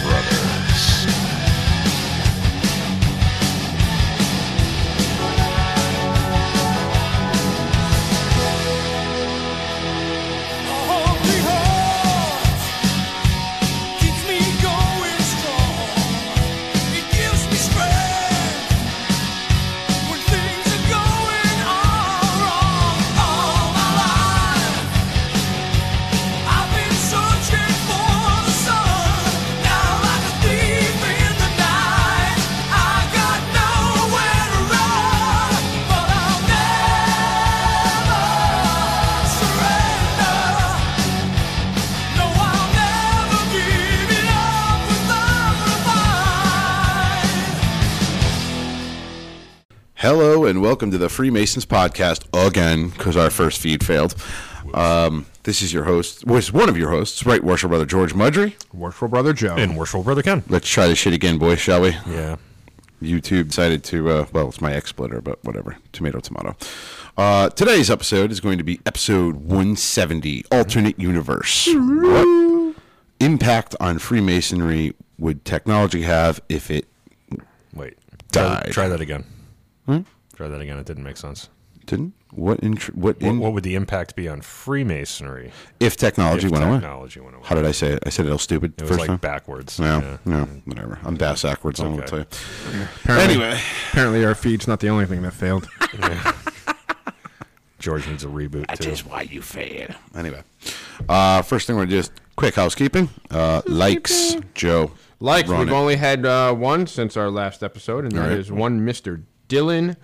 brothers. Hello and welcome to the Freemasons podcast again, because our first feed failed. Um, this is your host, was one of your hosts, right, Worship Brother George Mudry. Worshipful brother Joe. And worshipful brother Ken. Let's try this shit again, boys, shall we? Yeah. YouTube decided to, uh, well, it's my X splitter, but whatever. Tomato, tomato. Uh, today's episode is going to be episode 170, Alternate Universe. what impact on Freemasonry would technology have if it Wait. Try, Died. try that again. Try that again. It didn't make sense. didn't? What, intr- what, What, in- what would the impact be on Freemasonry if technology if went away? technology went away? How did I say it? I said it all stupid. It was first like time. backwards. No, Yeah. no, whatever. I'm bass backwards. I Okay. don't want to tell you. Apparently, Anyway, apparently our feed's not the only thing that failed. George needs a reboot too. why you fail. Anyway, uh, first thing we're gonna do is quick housekeeping. Uh, likes, Joe. Like Run we've it. only had uh, one since our last episode, and that is right. one Mister Dylan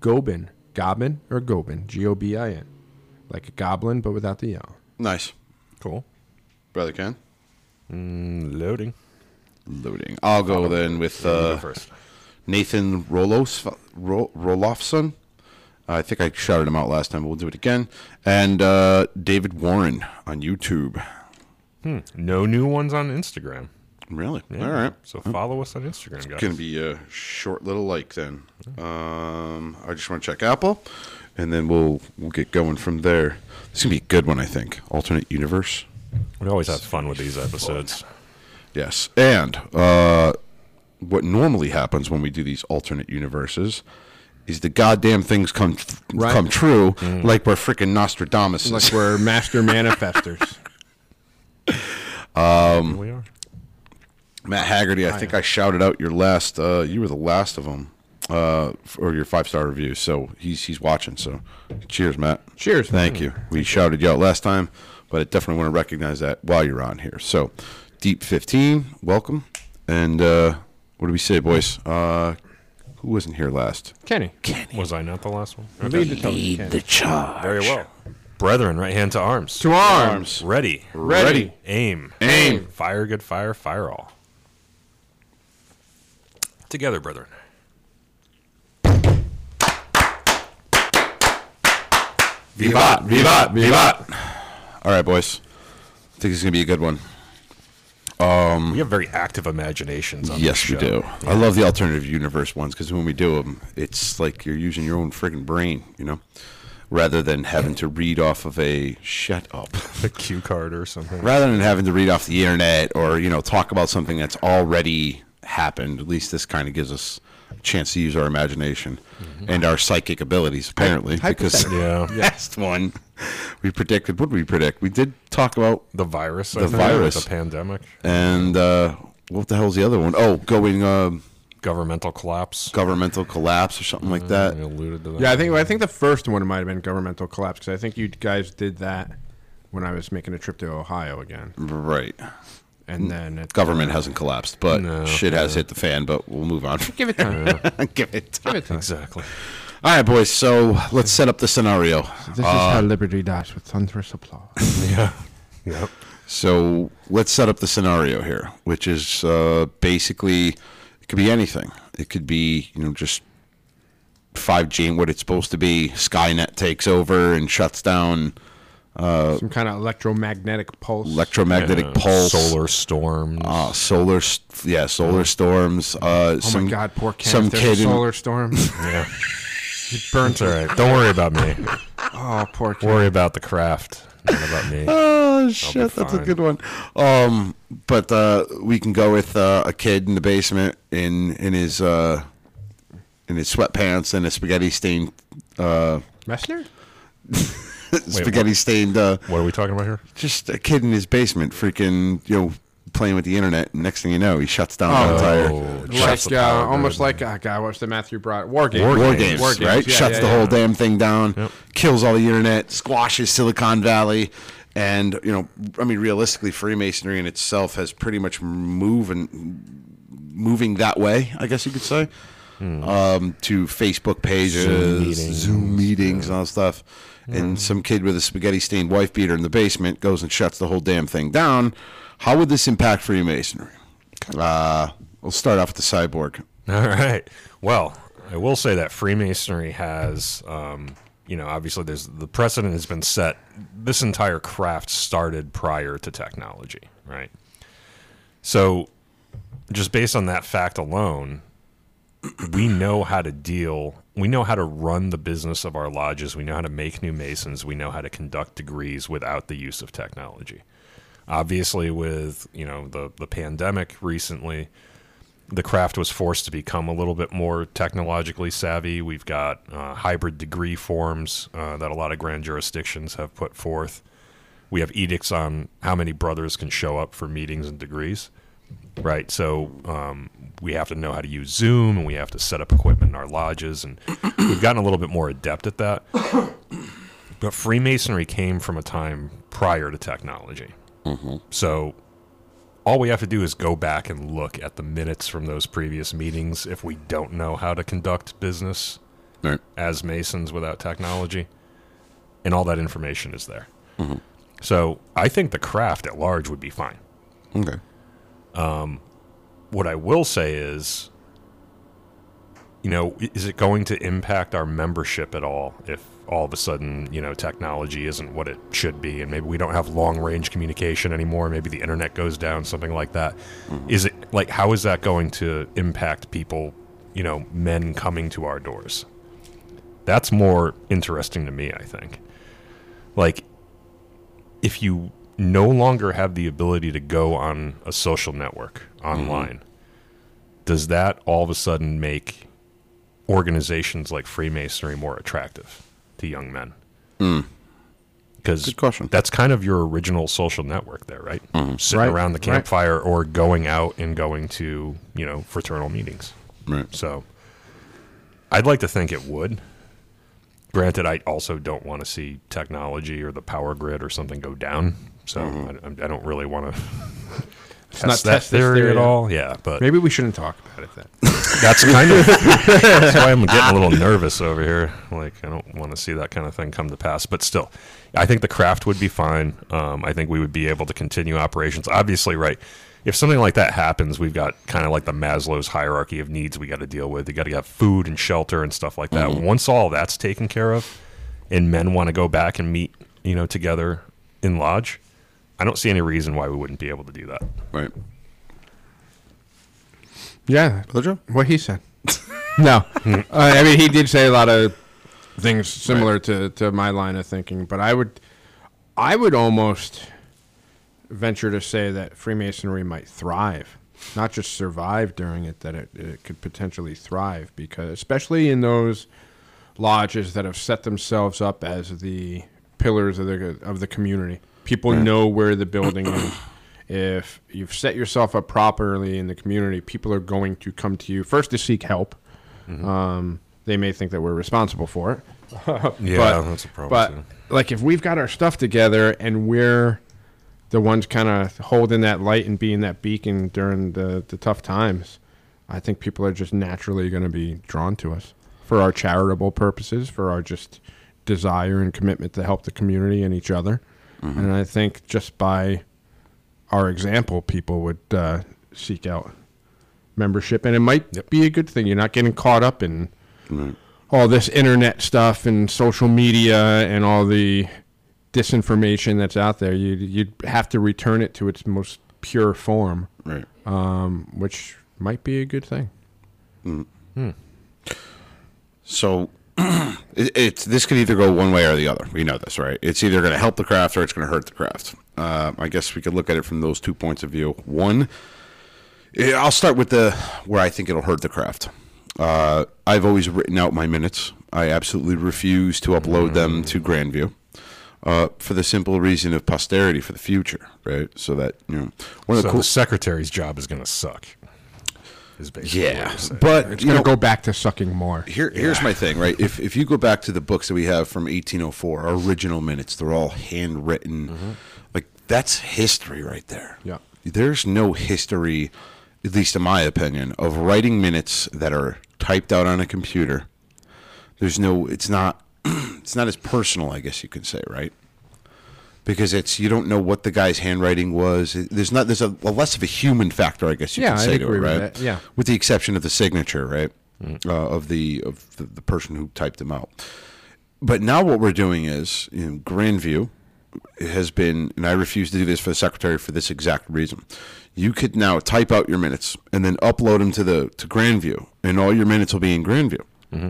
Gobin, Gobin or Gobin, G O B I N, like a goblin but without the L. Nice, cool. brother Ken. Mm, Loading. Loading. I'll go then with uh, first. Nathan Rolos Ro- Rolofsson. I think I shouted him out last time. But we'll do it again. And uh, David Warren on YouTube. No new ones on Instagram. Really? Yeah. All right. So follow us on Instagram, It's guys. going to be a short little like then. Um, I just want to check Apple, and then we'll we'll get going from there. It's going to be a good one, I think. Alternate universe. We always have fun with these episodes. Yes, and uh, what normally happens when we do these alternate universes is the goddamn things come Right. Mm. come true, like we're freaking Nostradamus. Like we're master manifestors. Here we are. Matt Haggerty, I think I shouted out your last. Uh, you were the last of them, uh, for your five star review. So he's he's watching. So cheers, Matt. Cheers. Thank you. We shouted you out last time, but I definitely want to recognize that while you're on here. So deep fifteen, welcome. And uh, what do we say, boys? Uh, who wasn't here last? Kenny, Was I not the last one? lead the toast. Kenny. charge. Very well. Brethren, right hand to arms. To arms, Arms. Ready. ready. Aim. Aim. Fire, good fire, fire all. Together, brethren. Vivat, vivat, vivat. All right, boys. I think this is gonna be a good one. We have very active imaginations on Yes, this we show. do. I love the alternative universe ones because when we do them, it's like you're using your own friggin' brain, you know, rather than having to read off of a shut up, A cue card or something. rather than having to read off the internet or you know talk about something that's already happened. At least this kind of gives us a chance to use our imagination and our psychic abilities, apparently. Because Mm-hmm. Yeah. last one we predicted. What did we predict? We did talk about The virus. I The think, virus. The pandemic. and uh, what the hell's the other one? Oh, going uh, Governmental collapse. governmental collapse or something like that. We alluded to that. Yeah, I think I think the first one might have been governmental collapse because I think you guys did that when I was making a trip to Ohio again, Right. and then it, Government hasn't collapsed, but No. shit has hit the fan, but we'll move on. give it time. Give it time. give it time. Exactly. All right, boys, so let's set up the scenario. This is how liberty dies with thunderous applause. yeah. Yep. So let's set up the scenario here, which is uh, basically it could be anything. It could be, you know, just 5G and what it's supposed to be. Skynet takes over and shuts down Some kind of electromagnetic pulse. electromagnetic Uh, pulse. Solar storms. Uh, solar, s- yeah, solar storms. Uh, oh some, my God, poor Ken. Some if there's kid a in- solar storm. yeah. Burns all right. Don't worry about me. Oh, poor kid. Worry about the craft, not about me. Oh shit, that's a fine. good one. Um, but uh, we can go with uh, a kid in the basement in in his uh, in his sweatpants and a spaghetti stained uh, Messner? spaghetti stained uh, What are we talking about here? just a kid in his basement, freaking you know playing with the internet. And next thing you know, he shuts down Oh, the entire shuts Like the power uh, grid. almost like uh, God, what's the Matthew Brought War Games? war, War games, games. War games, right? yeah, Shuts yeah, the yeah. whole damn thing down, Yep. kills all the internet, squashes Silicon Valley, and you know, I mean, realistically, Freemasonry in itself has pretty much moving moving that way. I guess you could say um, to Facebook pages, Zoom meetings, and all that stuff. And some kid with a spaghetti stained wife beater in the basement goes and shuts the whole damn thing down. How would this impact Freemasonry? Uh, we'll start off with the cyborg. All right. Well, I will say that Freemasonry has, um, you know, obviously there's the precedent has been set. This entire craft started prior to technology, right? So, just based on that fact alone, we know how to deal. We know how to run the business of our lodges. We know how to make new masons. We know how to conduct degrees without the use of technology. Obviously, with you know the the pandemic recently, the craft was forced to become a little bit more technologically savvy. We've got uh, hybrid degree forms uh, that a lot of grand jurisdictions have put forth. We have edicts on how many brothers can show up for meetings and degrees, right? So um, we have to know how to use Zoom and we have to set up equipment in our lodges. And we've gotten a little bit more adept at that. But Freemasonry came from a time prior to technology. So all we have to do is go back and look at the minutes from those previous meetings if we don't know how to conduct business Right. as Masons without technology. And all that information is there. Mm-hmm. So I think the craft at large would be fine. Um, Okay. What I will say is, you know, i- is it going to impact our membership at all if all of a sudden, you know, technology isn't what it should be and maybe we don't have long range communication anymore, maybe the internet goes down, something like that? Is it like how is that going to impact people, you know, men coming to our doors? That's more interesting to me, I think. Like if you no longer have the ability to go on a social network Mm-hmm. online, does that all of a sudden make organizations like Freemasonry more attractive to young men? Because Hmm. Good question. Mm-hmm. that's kind of your original social network there, right? Sitting Right, around the right. campfire or going out and going to, you know, fraternal meetings. Right. So I'd like to think it would. Granted, I also don't want to see technology or the power grid or something go down. So I, I don't really want to test Mm-hmm. not that test this theory, theory, at yeah. all. Yeah, but Maybe we shouldn't talk about it then. that's kind of that's why I'm getting a little nervous over here. Like I don't want to see that kind of thing come to pass. But still, I think the craft would be fine. Um, I think we would be able to continue operations. Obviously, right. If something like that happens, we've got kind of like the Maslow's hierarchy of needs we got to deal with. You got to have food and shelter and stuff like that. Once all that's taken care of, and men want to go back and meet, you know, together in lodge, I don't see any reason why we wouldn't be able to do that. Right. yeah, Pedro? what he said. no, uh, I mean he did say a lot of things similar to, to my line of thinking, but I would, I would almost venture to say that Freemasonry might thrive, not just survive during it. That it, it could potentially thrive because, especially in those lodges that have set themselves up as the pillars of the of the community. People know where the building is. If you've set yourself up properly in the community, people are going to come to you first to seek help. Um, they may think that we're responsible for it. Yeah, but, that's a problem. But like, if we've got our stuff together and we're the ones kind of holding that light and being that beacon during the, the tough times, I think people are just naturally going to be drawn to us for our charitable purposes, for our just desire and commitment to help the community and each other. And I think just by our example, people would uh, seek out membership, and it might be a good thing. You're not getting caught up in all this internet stuff and social media and all the disinformation that's out there. You you'd have to return it to its most pure form, Right. um, which might be a good thing. So it, it's this could either go one way or the other. We know this, right? It's either going to help the craft or it's going to hurt the craft. Uh, I guess we could look at it from those two points of view. One, eh, I'll start with the where I think it'll hurt the craft. Uh, I've always written out my minutes. I absolutely refuse to upload them to Mm. Grandview. Uh, for the simple reason of posterity for the future, right? So that you know, one of So the cool, the secretary's job is going to suck. Is basically what yeah, you're saying. but It's you gonna know, go back to sucking more. Here, here's my thing, right? If if you go back to the books that we have from 1804, our original minutes, they're all handwritten. Like that's history right there. Yeah. There's no history, at least in my opinion, of writing minutes that are typed out on a computer. There's no. It's not. it's not as personal, I guess you could say, right? Because it's you don't know what the guy's handwriting was. It- There's not. There's a, a less of a human factor, I guess you Yeah, could I'd say to it, agree with right? that, yeah. Mm. with the exception of the signature, right? Uh, of the of the, the person who typed them out. But now what we're doing is you know, Grandview has been, and I refuse to do this for the secretary for this exact reason. You could now type out your minutes and then upload them to the to Grandview, and all your minutes will be in Grandview. Mm-hmm.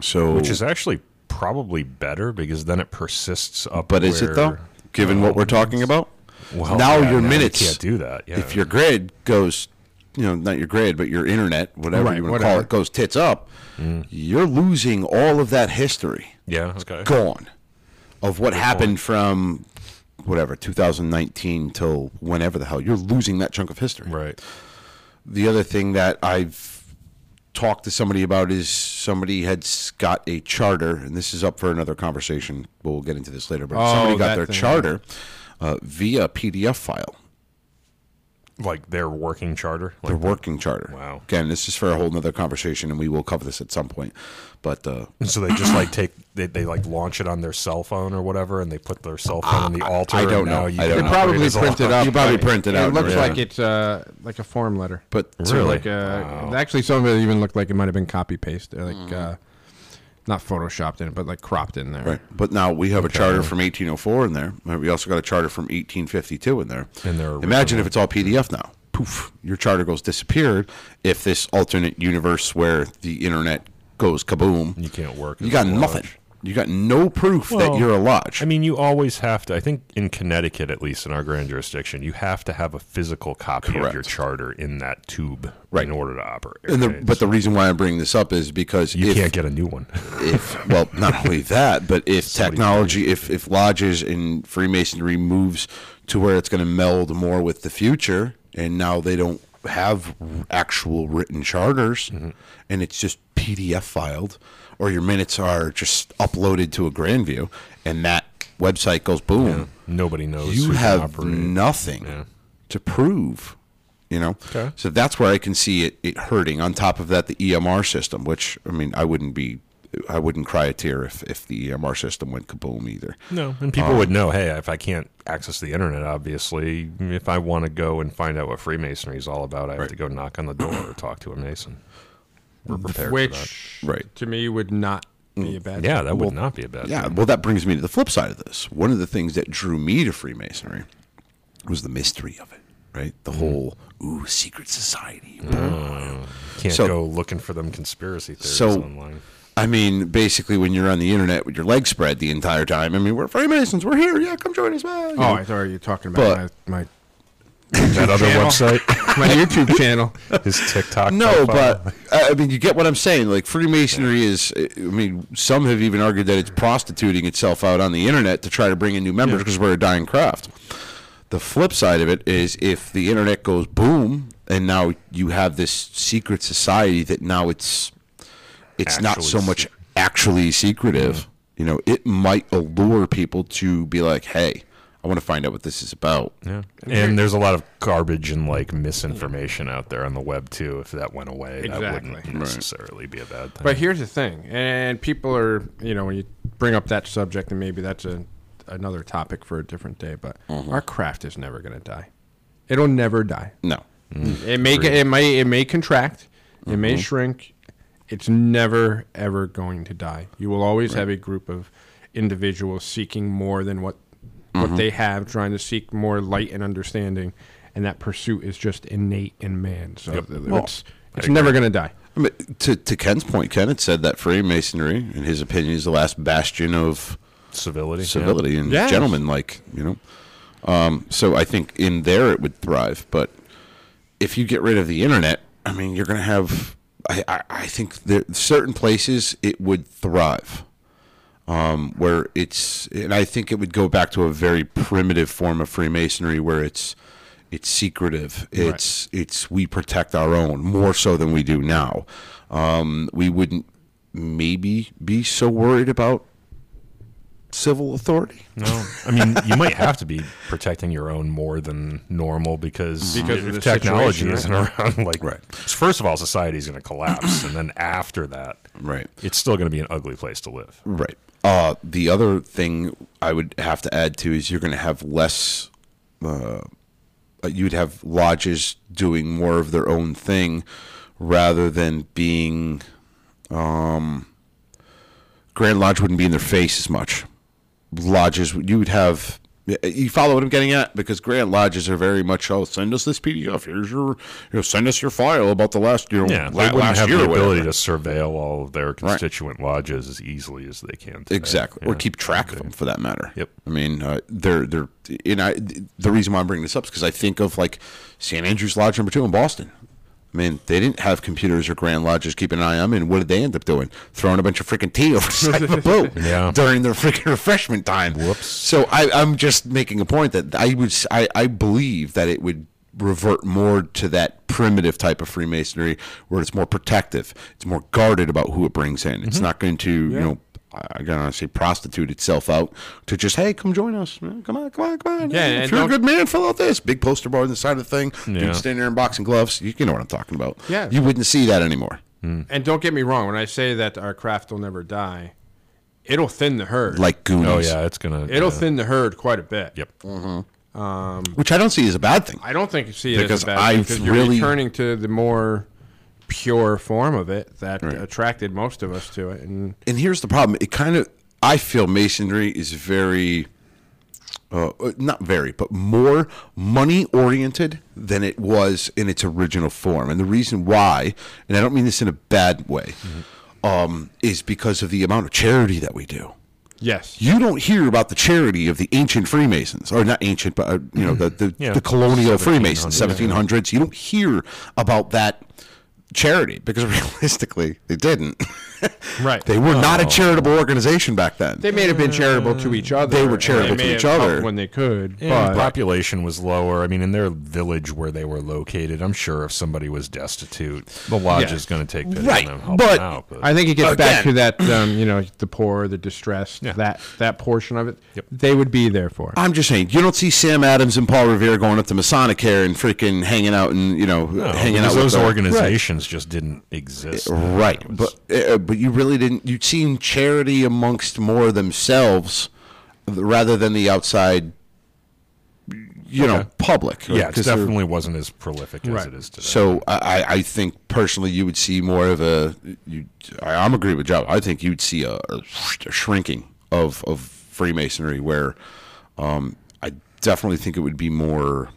So, which is actually probably better because then it persists up. but is it though? where- Um, Given what we're talking about, Well, now yeah, your you minutes can't do that. Yeah. if your grid goes, you know, not your grid, but your internet, whatever Right, you want to whatever. call it, goes tits up, Mm. you're losing all of that history yeah, okay. gone of what happened from whatever 2019 till whenever the hell. You're losing that chunk of history. Right. The other thing that I've talked to somebody about is somebody had s- got a charter, and this is up for another conversation. We'll get into this later, but Oh, somebody got that their thing. charter uh, via PDF file. Like their working charter. their Like, working charter. Wow. Again, this is for a whole nother conversation, and we will cover this at some point. But uh, so they just like take they, they like launch it on their cell phone or whatever, and they put their cell phone on the altar. Ah, I don't and now know. You I can don't know. operate Probably as a- printed up. You probably but print it out and It looks read it. like it's uh, like a form letter. but So Really? like, uh, actually, some of it even looked like it might have been copy paste, like Mm. uh, not photoshopped in it, but like cropped in there. right. But now we have a charter from 1804 in there. and We also got a charter from 1852 in there. In their Imagine original- if it's all PDF now. Poof, your charter goes disappeared. If this alternate universe where the internet goes kaboom, You can't work. you as got a lodge. nothing. You got no proof that Well, you're a lodge. I mean, you always have to. I think in Connecticut, at least in our grand jurisdiction, you have to have a physical copy of your Correct. charter in that tube Right. in order to operate. and the, right? but the reason why I'm bringing this up is because you if, can't get a new one. if well not only that but if technology if if lodges and freemasonry moves to where it's going to meld more with the future and now they don't have actual written charters and it's just pdf filed or your minutes are just uploaded to a grand view and that website goes boom Nobody knows. who you can have operate. nothing to prove you know Okay. so that's where i can see it, it hurting on top of that the emr system which i mean i wouldn't be i wouldn't cry a tear if, if the emr system went kaboom either No, and people Uh-huh. would know. Hey, if I can't access the internet, obviously, if I want to go and find out what Freemasonry is all about, I have to go knock on the door or talk to a Mason. We're prepared. for Which, Right. to me, would not be a bad. that. yeah, that would not be a bad. yeah thing. well that brings me to the flip side of this one of the things that drew me to freemasonry was the mystery of it right the Mm-hmm. whole ooh secret society can't so- go looking for them conspiracy theories So- online. I mean, basically, when you're on the internet with your legs spread the entire time, I mean, we're Freemasons, we're here, yeah, come join us, man. you Oh, know? I thought you were talking about But- my That other channel. website, my, my YouTube channel. his TikTok. No, profile. but uh, I I mean, you get what I'm saying. Like Freemasonry is. I mean, some have even argued that it's prostituting itself out on the internet to try to bring in new members because we're a dying craft. The flip side of it is if the internet goes boom and now you have this secret society that now it's it's not Actually so much actually secretive. You know, it might allure people to be like, "Hey, I want to find out what this is about." Yeah. And there's a lot of garbage and like misinformation out there on the web too. If that went away, that Exactly. wouldn't necessarily be a bad thing. But here's the thing, and people are, you know, when you bring up that subject, and maybe that's a another topic for a different day. But our craft is never going to die; it'll never die. No. It may get, it may it may contract, it may shrink. It's never ever going to die. You will always have a group of individuals seeking more than what what they have, trying to seek more light and understanding, and that pursuit is just innate in man. So th- it's it's never going to die. I I mean, to to Ken's point, Ken had said that Freemasonry, in his opinion, is the last bastion of Civility. yeah. civility and Yes. gentlemen like you know um, so i think in there it would thrive but if you get rid of the internet i mean you're going to have I, I, I think there certain places it would thrive um, where it's and i think it would go back to a very primitive form of freemasonry where it's it's secretive it's it's we protect our own more so than we do now um, we wouldn't maybe be so worried about civil authority No, I mean you might have to be protecting your own more than normal because, Because of if the technology isn't situation, around, like right. First of all, society's going to collapse, and then after that, Right. it's still going to be an ugly place to live. Right. Uh, the other thing I would have to add to is you're going to have less. Uh, you'd have lodges doing more of their own thing, rather than being. Um, Grand Lodge wouldn't be in their face as much. Lodges, you would have. You follow what I'm getting at because Grand Lodges are very much oh send us this PDF here's your you know send us your file about the last you know Yeah, la- they wouldn't last have year the or whatever. ability to surveil all of their constituent lodges as easily as they can. Today. Exactly, or Yeah. keep track of them for that matter. Yep. I mean, uh, they're they're and I the reason why I'm bringing this up is because I think of like St Andrew's Lodge number two in Boston. I mean, they didn't have computers or grand lodges keeping an eye on them, and what did they end up doing? Throwing a bunch of freaking tea over the side of a boat Yeah. during their freaking refreshment time. Whoops. So I, I'm just making a point that I would s- I, I believe that it would revert more to that primitive type of Freemasonry where it's more protective, it's more guarded about who it brings in. Mm-hmm. It's not going to you know I- I gotta say prostitute itself out to just hey come join us man. come on come on come on Yeah, Hey, if and you're a don't- good man fill out this big poster board on the side of the thing dude Yeah. standing there in boxing gloves you, you know what I'm talking about Yeah. you wouldn't see that anymore And don't get me wrong, when I say that our craft will never die, it'll thin the herd. like Goonies Oh yeah, it's gonna. it'll yeah. thin the herd quite a bit. Yep. which I don't see as a bad thing I don't think you see it Because as a bad I've thing, because you're really- returning to the more pure form of it that Right. attracted most of us to it. And and here's the problem it kind of i feel masonry is very uh, not very but more money oriented than it was in its original form and the reason why and i don't mean this in a bad way Mm-hmm. um, is because of the amount of charity that we do yes, you don't hear about the charity of the ancient Freemasons, or not ancient, but uh, you know the the, Mm-hmm. Yeah. the colonial Freemasons, 1700s, seventeen hundreds. You don't hear about that charity because realistically, they didn't. right. They were not a Oh. charitable organization back then. They may have been charitable to each other. They were and charitable may to have each helped other. when they could. And but population was lower. I mean, in their village where they were located, I'm sure if somebody was destitute, the lodge Yeah. is going to take pity Right, on them, help but them out. But I think it gets back to Again. that, um, you know, the poor, the distressed, Yeah. that that portion of it. Yep. They would be there for. I'm just saying, you don't see Sam Adams and Paul Revere going up to Masonic Hair and freaking hanging out and you know No, hanging out because with those the- organizations just didn't exist. Right, It was- but uh, but you really didn't. You'd seen charity amongst more themselves rather than the outside, you know, public. right? yeah, it 'Cause they're- definitely wasn't as prolific as Right. it is today. So I, I- I think personally, you would see more of a. You, I, I'm agree with Joe. I think you'd see a, a shrinking of of Freemasonry, where um, I definitely think it would be more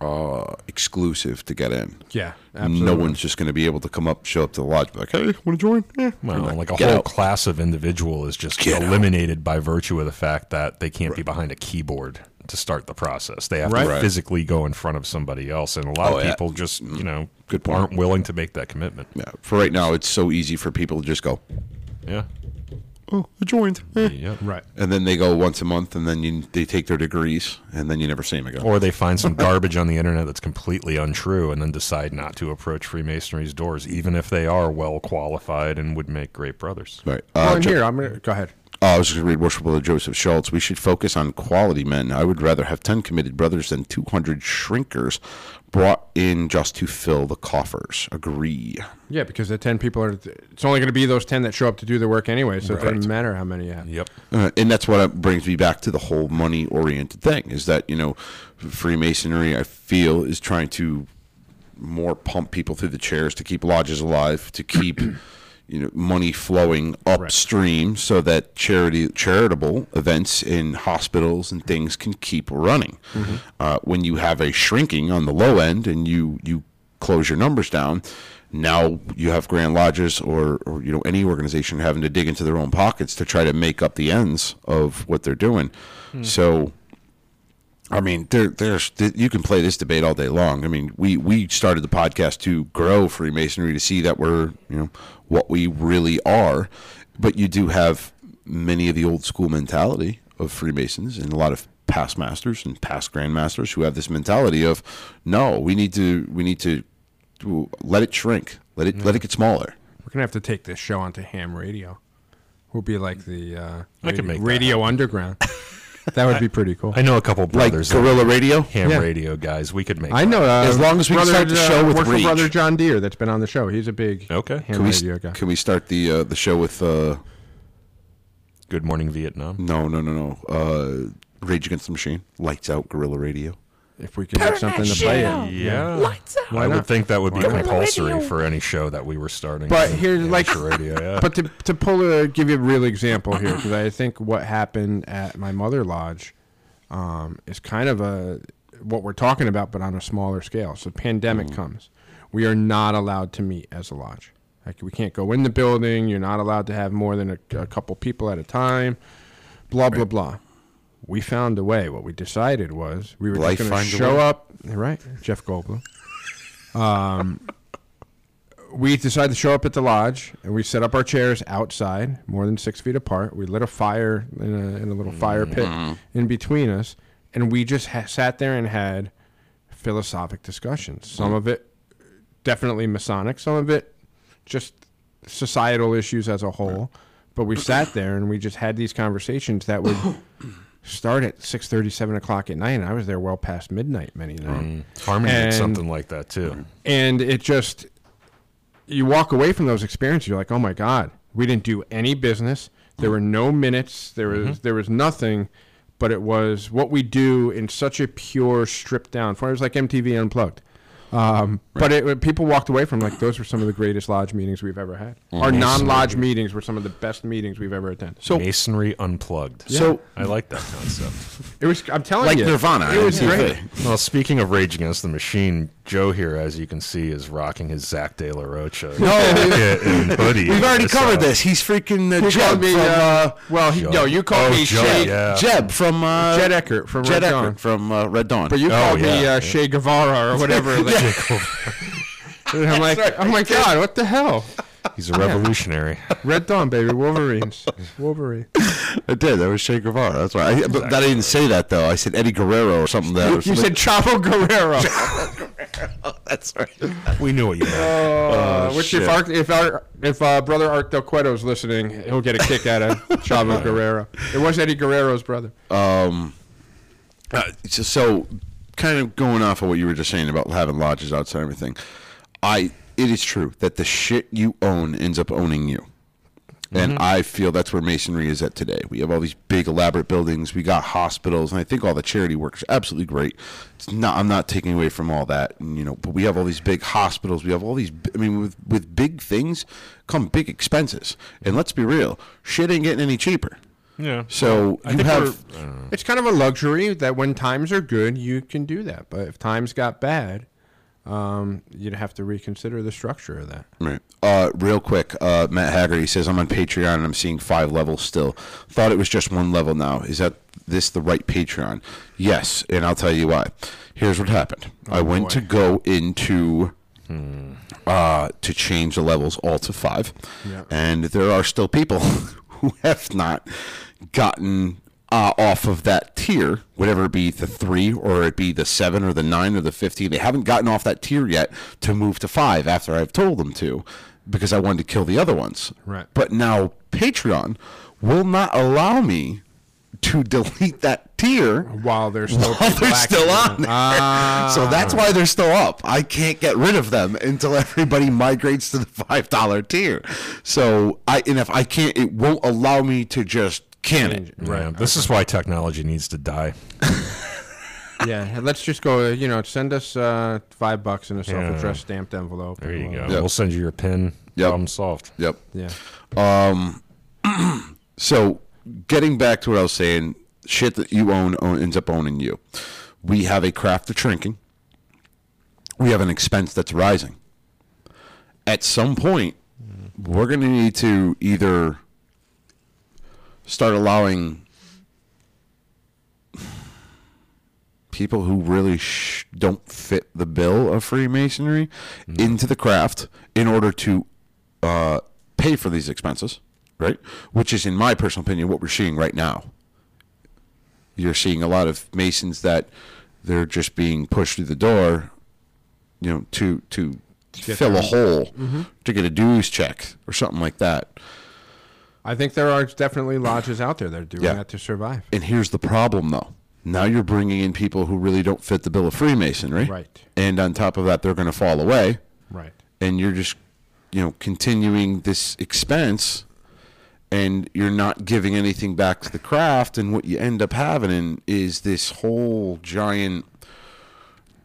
uh, exclusive to get in. yeah, No absolutely. one's just going to be able to come up, show up to the lodge, be like, "Hey, want to join?" Eh. Yeah, well, like a Get whole out. class of individual is just Get out. eliminated by virtue of the fact that they can't be behind a keyboard to start the process. They have Right. to Right. physically go in front of somebody else, and a lot Oh, of yeah. people just you know Good point. aren't willing to make that commitment. Yeah, for right now, it's so easy for people to just go, Yeah, "Oh, I joined," eh." yeah. Right. and then they go once a month, and then you, they take their degrees, and then you never see them again. Or they find some garbage on the internet that's completely untrue and then decide not to approach Freemasonry's doors, even if they are well qualified and would make great brothers. right. Well, Uh, and Jo- here I'm gonna go ahead. oh, I was just going to read Worshipful of Joseph Schultz. We should focus on quality men. I would rather have ten committed brothers than two hundred shrinkers brought in just to fill the coffers. Agree. Yeah, because the ten people are. It's only going to be those ten that show up to do the work anyway. So it doesn't matter how many you have. Yep. Uh, and that's what uh, brings me back to the whole money oriented thing is that, you know, Freemasonry, I feel, is trying to more pump people through the chairs to keep lodges alive, to keep, you know, money flowing upstream so that charity, charitable events in hospitals and things can keep running. Uh, when you have a shrinking on the low end and you, you, close your numbers down. Now you have grand lodges or, or you know any organization having to dig into their own pockets to try to make up the ends of what they're doing. So I mean, there, there's th- you can play this debate all day long. I mean, we we started the podcast to grow Freemasonry to see that we're you know what we really are, but you do have many of the old school mentality of Freemasons and a lot of past masters and past grandmasters who have this mentality of no, we need to we need to to let it shrink, let it let it get smaller. We're gonna have to take this show onto ham radio. We'll be like the uh, I could radio, make that radio underground. that would be pretty cool. I know a couple Like brothers, that- guerrilla radio. ham Yeah. radio guys. We could make. I know. Uh, As long as we can brother, start the uh, show with works for Reach. brother John Deere that's been on the show. He's a big Okay. ham Can we radio guy. can we start the uh, the show with uh, Good morning, Vietnam. no no no no uh, Rage Against the Machine, Lights Out, Guerrilla Radio. if we could make something to play it. Yeah, Why I would not? think that would be not? compulsory for any show that we were starting. But in here's, like- amateur radio, yeah. But to, to pull a give you a real example here, because I think what happened at my mother lodge um, is kind of a what we're talking about, but on a smaller scale. So pandemic comes, we are not allowed to meet as a lodge. Like we can't go in the building. You're not allowed to have more than a, a couple people at a time. Blah blah blah. We found a way. What we decided was we were Life just going finds to a show way. up. Right, Jeff Goldblum. Um, we decided to show up at the lodge and we set up our chairs outside, more than six feet apart. We lit a fire in a, in a little fire pit Mm-hmm. in between us, and we just ha- sat there and had philosophic discussions. Some of it definitely Masonic, some of it just societal issues as a whole. But we sat there and we just had these conversations that would start at six thirty, seven o'clock at night, and I was there well past midnight many nights Harmony did And- something like that too. and it just you walk away from those experiences you're like oh my god we didn't do any business there were no minutes there Mm-hmm. was there was nothing but it was what we do in such a pure stripped down form it was like mtv unplugged um, but it, people walked away from like those were some of the greatest lodge meetings we've ever had our non-lodge meetings were some of the best meetings we've ever attended Mm-hmm. So- Masonry unplugged. So I like that concept. it was i'm telling like you Nirvana. it was on MTV. great well, speaking of Rage Against the Machine, Joe here, as you can see, is rocking his Zach De La Rocha jacket and hoodie. We've already So- covered this. He's freaking uh, He Jeb called me, from uh, uh, well he, no you called Oh, me Joe, Shea, yeah. Jeb from uh, Jed Eckert from Jed Red Eckert Dawn. from uh, Red Dawn. But you Oh, called yeah, me uh, yeah. Shea Guevara or whatever. like- And I'm like, oh my god, what the hell? He's a revolutionary. Red Dawn, baby, Wolverines, Wolverine. I did. That was Che Guevara. That's right. I, but I didn't say that though. I said Eddie Guerrero or something. That or You something. said Chavo Guerrero. that's right. we knew what you meant. oh, Uh, which if Arc, if our, if uh, brother Arc Del Cueto is listening, he'll get a kick out of Chavo Guerrero. It was Eddie Guerrero's brother. Uh, so, so, kind of going off of what you were just saying about having lodges outside and everything, I it is true that the shit you own ends up owning you. Mm-hmm. And I feel that's where masonry is at today. We have all these big elaborate buildings. We got hospitals, and I think all the charity work is absolutely great. It's not, I'm not taking away from all that, and, you know. But we have all these big hospitals. We have all these. b- I mean, with with big things come big expenses. And let's be real, shit ain't getting any cheaper. yeah. So I you think have we're- I don't know. It's kind of a luxury that when times are good, you can do that. But if times got bad, um, you'd have to reconsider the structure of that. Right. Uh, real quick, uh, Matt Hagger, he says, I'm on Patreon and I'm seeing five levels still. Thought it was just one level now. Is that this the right Patreon? Yes, and I'll tell you why. Here's what happened. I went to go into uh, to change the levels all to five, and there are still people who have not gotten uh, off of that tier, whatever it be the three or it be the seven or the nine or the fifteen. They haven't gotten off that tier yet to move to five after I've told them to, because I wanted to kill the other ones. Right. But now Patreon will not allow me to delete that tier While there's still while people they're still active. on there. so that's why they're still up. I can't get rid of them until everybody migrates to the five dollar tier. So I and if I can't, it won't allow me to just can it. Yeah, This is why technology needs to die. Yeah, let's just go. uh, You know, send us uh, five bucks in a self-addressed stamped envelope. There you go. Yep. We'll send you your pin. Yep. Problem solved. Yep. Yeah, So getting back to what I was saying, shit that you own, own ends up owning you. We have a craft of shrinking. we have an expense that's rising. At some point, we're going to need to either start allowing people who really sh- don't fit the bill of Freemasonry into the craft in order to uh, pay for these expenses, right? Which is, in my personal opinion, what we're seeing right now you're seeing a lot of masons that they're just being pushed through the door, you know, to to fill a hole to get a dues check or something like that. I think there are definitely lodges out there that are doing Yeah. that to survive. And here's the problem, though. Now you're bringing in people who really don't fit the bill of Freemasonry, Right. And on top of that, they're going to fall away, Right. and you're just, you know, continuing this expense, and you're not giving anything back to the craft. And what you end up having is this whole giant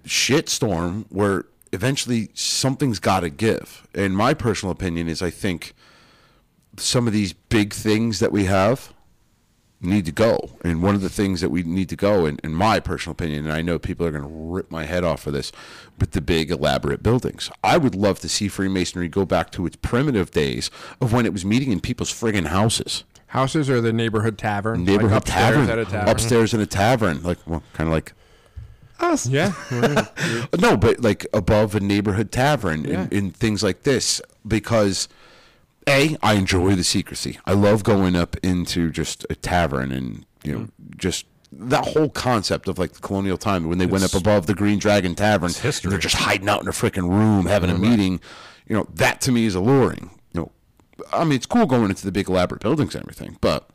shitstorm where eventually something's got to give. And my personal opinion is I think some of these big things that we have need to go. And one of the things that we need to go, in, in my personal opinion, and I know people are going to rip my head off for this, but the big elaborate buildings. I would love to see Freemasonry go back to its primitive days of when it was meeting in people's friggin' houses Houses or the neighborhood tavern. neighborhood like upstairs tavern, At a tavern. upstairs in a tavern, like well, kind of like us. Yeah. No, but like above a neighborhood tavern Yeah. and, and things like this because a I enjoy the secrecy. I love going up into just a tavern and you know Mm. just that whole concept of like the colonial time when they went up It's- above the Green Dragon Tavern, history. they're just hiding out in a freaking room having a meeting. You know that to me is alluring. You know, I mean it's cool going into the big elaborate buildings and everything, but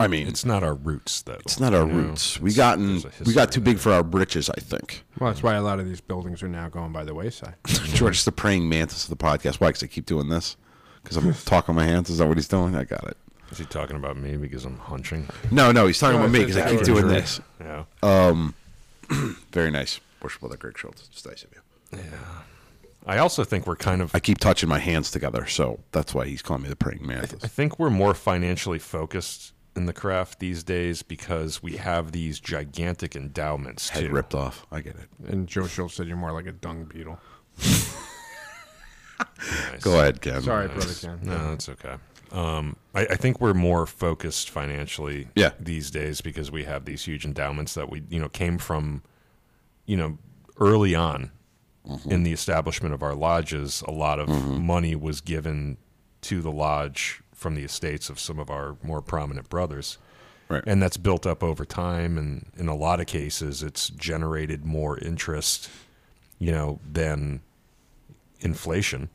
I mean It's not our roots, though. it's not our roots. We gotten we got too big for our britches, I think. well, that's why a lot of these buildings are now going by the wayside. George's the praying mantis of the podcast. Why? Because I keep doing this. Because I'm talking my hands. Is that what he's doing? I got it. Is he talking about me because I'm hunching? No, no, he's talking No, about me it's- because it's I keep George. doing this. Yeah. Very nice, worshipful brother Greg Schultz. It's nice of you. I also think we're kind of. I keep touching my hands together, so that's why he's calling me the praying mantis. I think we're more financially focused in the craft these days because we have these gigantic endowments Head too. ripped off. I get it. And Joe Schultz said you're more like a dung beetle. Nice. Go ahead, Ken. Sorry, brother Ken. No, that's okay. Um, I, I think we're more focused financially Yeah. these days because we have these huge endowments that we you know came from you know early on Mm-hmm. in the establishment of our lodges. A lot of money was given to the lodge from the estates of some of our more prominent brothers. Right. And that's built up over time, and in a lot of cases, it's generated more interest, you know, than inflation.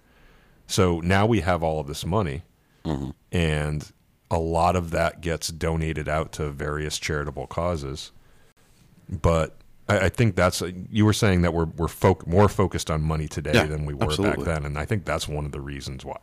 So now we have all of this money, Mm-hmm. and a lot of that gets donated out to various charitable causes. But I, I think that's you were saying that we're we're foc more focused on money today Yeah, than we were absolutely. back then, and I think that's one of the reasons why.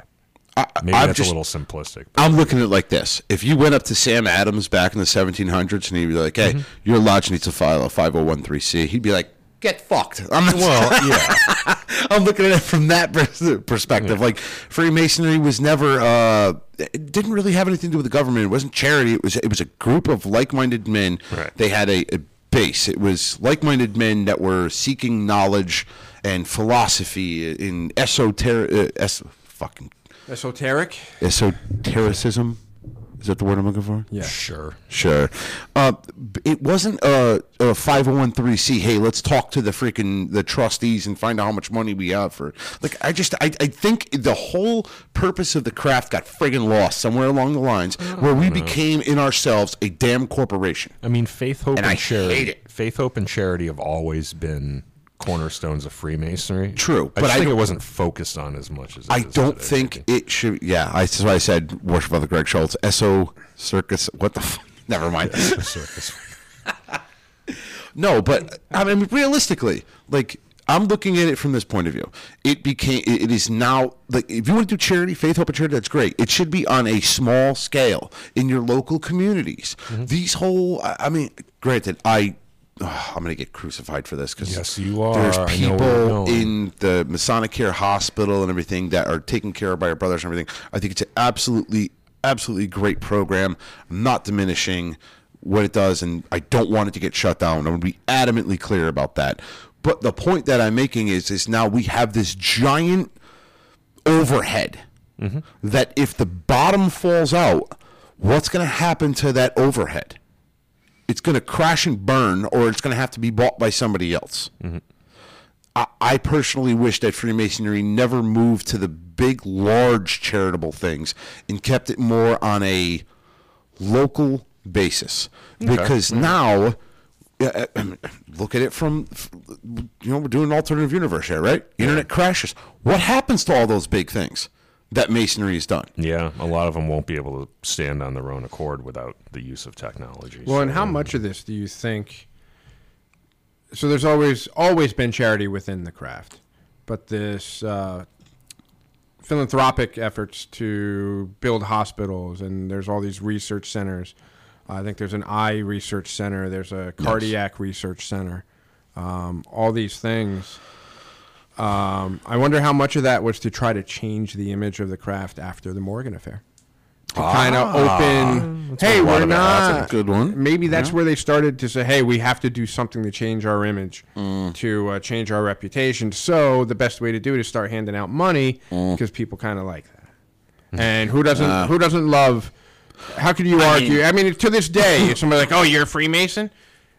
I, Maybe I'm that's just- a little simplistic. but- I'm looking at it like this. If you went up to Sam Adams back in the 1700s and he'd be like, hey, Mm-hmm. your lodge needs to file a 5013C, he'd be like, get fucked. I'm not, well, yeah, I'm looking at it from that pers- perspective. Like Freemasonry was never, uh, it didn't really have anything to do with the government. It wasn't charity. It was it was a group of like-minded men. Right. They had a, a base. It was like-minded men that were seeking knowledge and philosophy in esoteric, uh, es- fucking Esoteric? esotericism. Is that the word I'm looking for? Yeah. sure. Sure. Uh, b- it wasn't uh, a, a 501c. Hey, let's talk to the freaking the trustees and find out how much money we have for. Like, I just I, I think the whole purpose of the craft got friggin' lost somewhere along the lines where we became in ourselves a damn corporation. I mean, faith, hope, and, I charity. hate it. Faith, hope, and charity have always been cornerstones of Freemasonry. True, but I just I think it don't- wasn't focused on as much as it I is don't today, think maybe. it should. Yeah, I, that's why I said worship of the Greg Schultz. So circus. What the? F- Never mind. No, but I mean realistically, like I'm looking at it from this point of view. It became it it is now like if you want to do charity, faith, hope, and charity, that's great. It should be on a small scale in your local communities. Mm-hmm. These whole I I mean, granted, I ugh, I'm gonna get crucified for this because Yes, you are. I know There's where you're people going. in in the Masonic Care Hospital and everything that are taken care of by our brothers and everything. I think it's an absolutely, absolutely great program. I'm not diminishing what it does, and I don't want it to get shut down. I'm going to be adamantly clear about that. But the point that I'm making is, is now we have this giant overhead that if the bottom falls out, what's going to happen to that overhead? It's going to crash and burn, or it's going to have to be bought by somebody else. I, I personally wish that Freemasonry never moved to the big, large charitable things and kept it more on a local basis because Mm-hmm. now yeah, I- I mean, look at it from f- you know we're doing an alternative universe here right internet crashes what happens to all those big things that masonry has done Yeah, a lot of them won't be able to stand on their own accord without the use of technology. Well, and so- how much of this do you think? So there's always always been charity within the craft, but this uh, philanthropic efforts to build hospitals and there's all these research centers. I think there's an eye research center. There's a cardiac research center. Um, all these things. Um, I wonder how much of that was to try to change the image of the craft after the Morgan affair. To kind of open, hey, a lot we're of it. Ah. That's not. a good one. Maybe that's where they started to say, hey, we have to do something to change our image, Mm. to uh, change our reputation. So the best way to do it is start handing out money Mm. because people kind of like that. And who doesn't? Uh. who doesn't love? How could you argue? I mean, to this day, if somebody's like, "Oh, you're a Freemason,"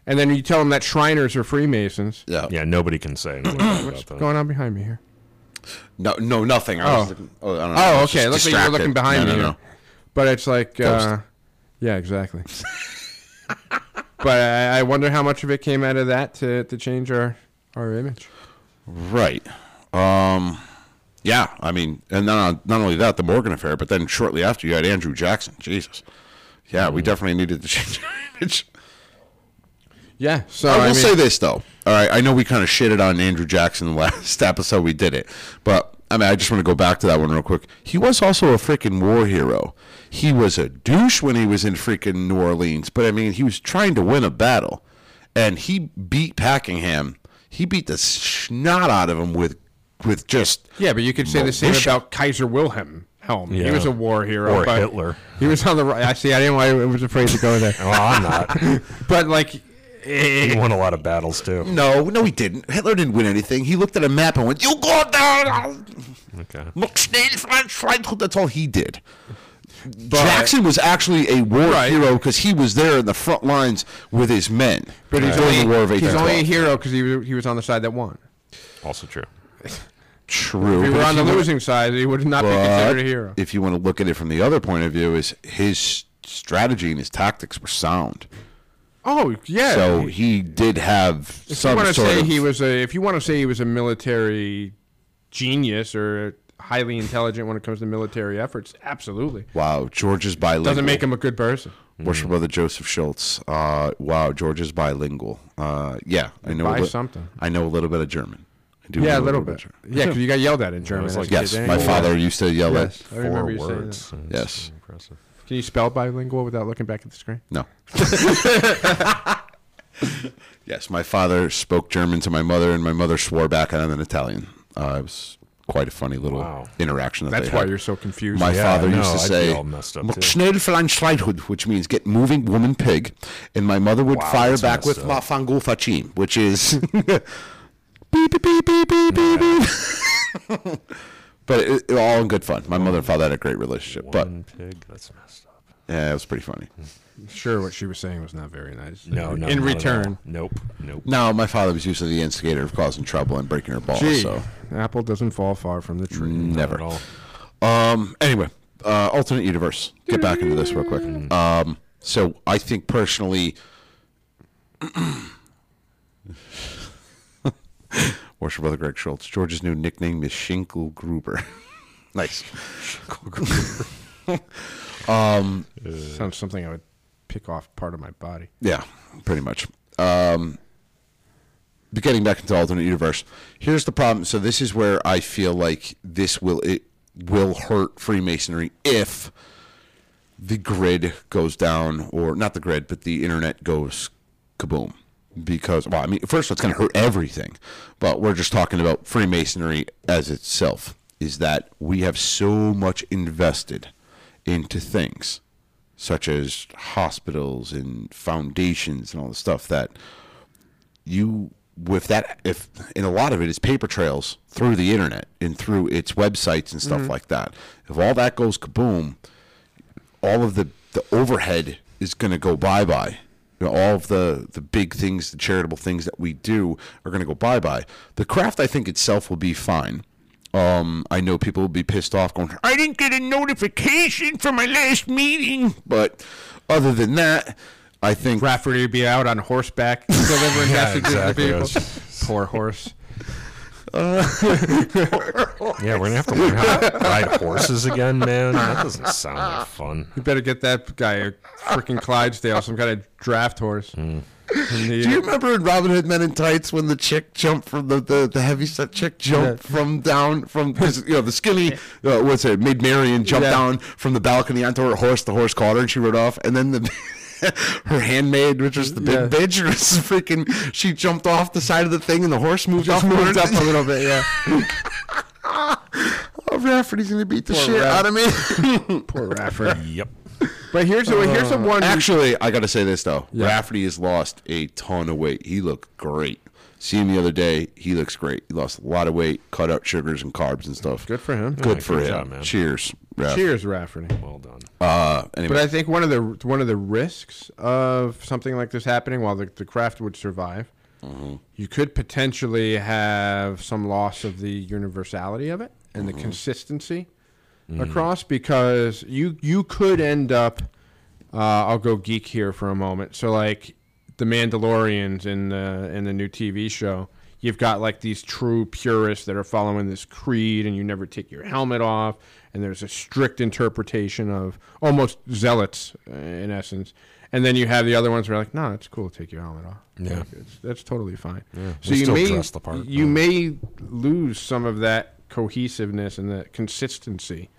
and then you tell them that Shriners are Freemasons, Yeah, nobody can say anything about that. what's going on behind me here? no no nothing I was Oh. looking- oh, I don't know. I Oh, was okay. It just looks like you're distracted. looking No, behind me. no, here. no. But it's like, uh, yeah, exactly. but I, I wonder how much of it came out of that to, to change our, our image. Right. Um, yeah, I mean, and not, not only that, the Morgan affair, but then shortly after you had Andrew Jackson. Jesus. Yeah, we definitely needed to change our image. Yeah. So I will I mean, say this, though. All right, I know we kind of shitted on Andrew Jackson last episode we did it, but I mean, I just want to go back to that one real quick. He was also a freaking war hero. He was a douche when he was in freaking New Orleans, but I mean, he was trying to win a battle, and he beat Packingham. He beat the snot out of him with, with just yeah, but you could say the same Militia. about Kaiser Wilhelm. Helm. He Yeah. was a war hero. Or but Hitler. He was on the right. I see. I didn't. I was afraid to go there. Well, Oh, I'm not. But like, Eh, he won a lot of battles too. No, no, he didn't. Hitler didn't win anything. He looked at a map and went, "You go down." Okay. Look, schnell, Franz, Franz." That's all he did. Jackson was actually a war Right. hero because he was there in the front lines with his men but he's during only, the War of 1812. he's only a hero because he was, he was on the side that won. Also true. True. If he but were if on you the wanna- losing side, he would not be considered a but hero. If you want to look at it from the other point of view, is his strategy and his tactics were sound. Oh yeah. So he did have if you some want to sort say of. he was a, if you want to say he was a military genius or highly intelligent when it comes to military efforts, absolutely wow, George's bilingual. doesn't make him Mm. a good person. Worship Brother Joseph Schultz. Uh, wow, George is bilingual. Uh, yeah, I know. a Buy something. I know a little bit of German. I do Yeah, a know little bit. of German. Yeah, because you got yelled at in German. was as like, a kid, Yes, didn't my you? father used to yell Yes, I at. remember Four you saying words. that. Yes. Impressive. Can you spell bilingual without looking back at the screen? No. yes, my father spoke German to my mother, and my mother swore back at him in Italian. Uh, it was quite a funny little Wow. interaction that That's they why had. you're so confused. My Yeah, father I used know, to I'd be say, all messed up, "Mach too." schnell für ein Schleithund," which means get moving, woman, pig. And my mother would Wow, fire that's back with messed up. "Mafangul facim," which is beep, beep, beep, beep, beep, beep, beep. But it, it- all in good fun. My mother and father had a great relationship, One pig. That's messed up. but yeah, it was pretty funny. sure, what she was saying was not very nice. No, no. not at In all. return, Nope. Nope. No, my father was usually the instigator of causing trouble and breaking her balls. gee, So apple doesn't fall far from the tree. Not at never. all. Um. Anyway, uh, alternate universe. Get back into this real quick. Mm. Um. So I think personally, worship brother Greg Schultz. George's new nickname is Schinkel Gruber. nice. Sounds something I would pick off part of my body. Yeah, pretty much. Um, but getting back into alternate universe, here's the problem. So this is where I feel like this will it will hurt Freemasonry if the grid goes down, or not the grid, but the internet goes kaboom. Because well, I mean, first it's going to hurt everything, but we're just talking about Freemasonry as itself. Is that we have so much invested into things such as hospitals and foundations and all the stuff that you with that if and a lot of it is paper trails through the internet and through its websites and stuff like that. If all that goes kaboom, all of the the overhead is going to go bye bye. all of the the big things, the charitable things that we do are going to go bye bye. The craft, I think itself, will be fine. Um, I know people will be pissed off, going, "I didn't get a notification for my last meeting." But other than that, I think Rafferty would be out on horseback delivering Yeah, messages exactly. to people. That's- Poor horse. Yeah, we're gonna have to learn how to ride horses again, man. That doesn't sound like fun. You better get that guy a freaking Clydesdale, some kind of draft horse. Hmm. And the- Do you remember in Robin Hood Men in Tights when the chick jumped from the the, the heavy set chick jumped from down from 'cause, you know the skinny uh, what's it made Marion jump Yeah. down from the balcony onto her horse the horse caught her and she rode off and then the her handmaid which was the big Yeah. bitch was freaking she jumped off the side of the thing and the horse moved just off moved her. up a little bit, yeah. oh Rafferty's gonna beat the Poor shit Raff. out of me Poor Rafferty. Yep. But here's the here's the one. Uh, actually I gotta say this though Yeah. Rafferty has lost a ton of weight he looked great. See him the other day. He looks great. He lost a lot of weight, cut out sugars and carbs and stuff. good for him. Good for good him. job, man. Cheers. Raph. Cheers, Rafferty. Well done. Uh, anyway, But I think one of the one of the risks of something like this happening, while the, the craft would survive, Mm-hmm. you could potentially have some loss of the universality of it and Mm-hmm. the consistency across because you you could end up. Uh, I'll go geek here for a moment. So like the Mandalorians in the in the new TV show, you've got like these true purists that are following this creed, and you never take your helmet off. And there's a strict interpretation of almost zealots uh, in essence. And then you have the other ones who are like, no, it's cool to take your helmet off. Yeah. Like, it's, that's totally fine. So we you still may dress the part, you though. may lose some of that cohesiveness and that consistency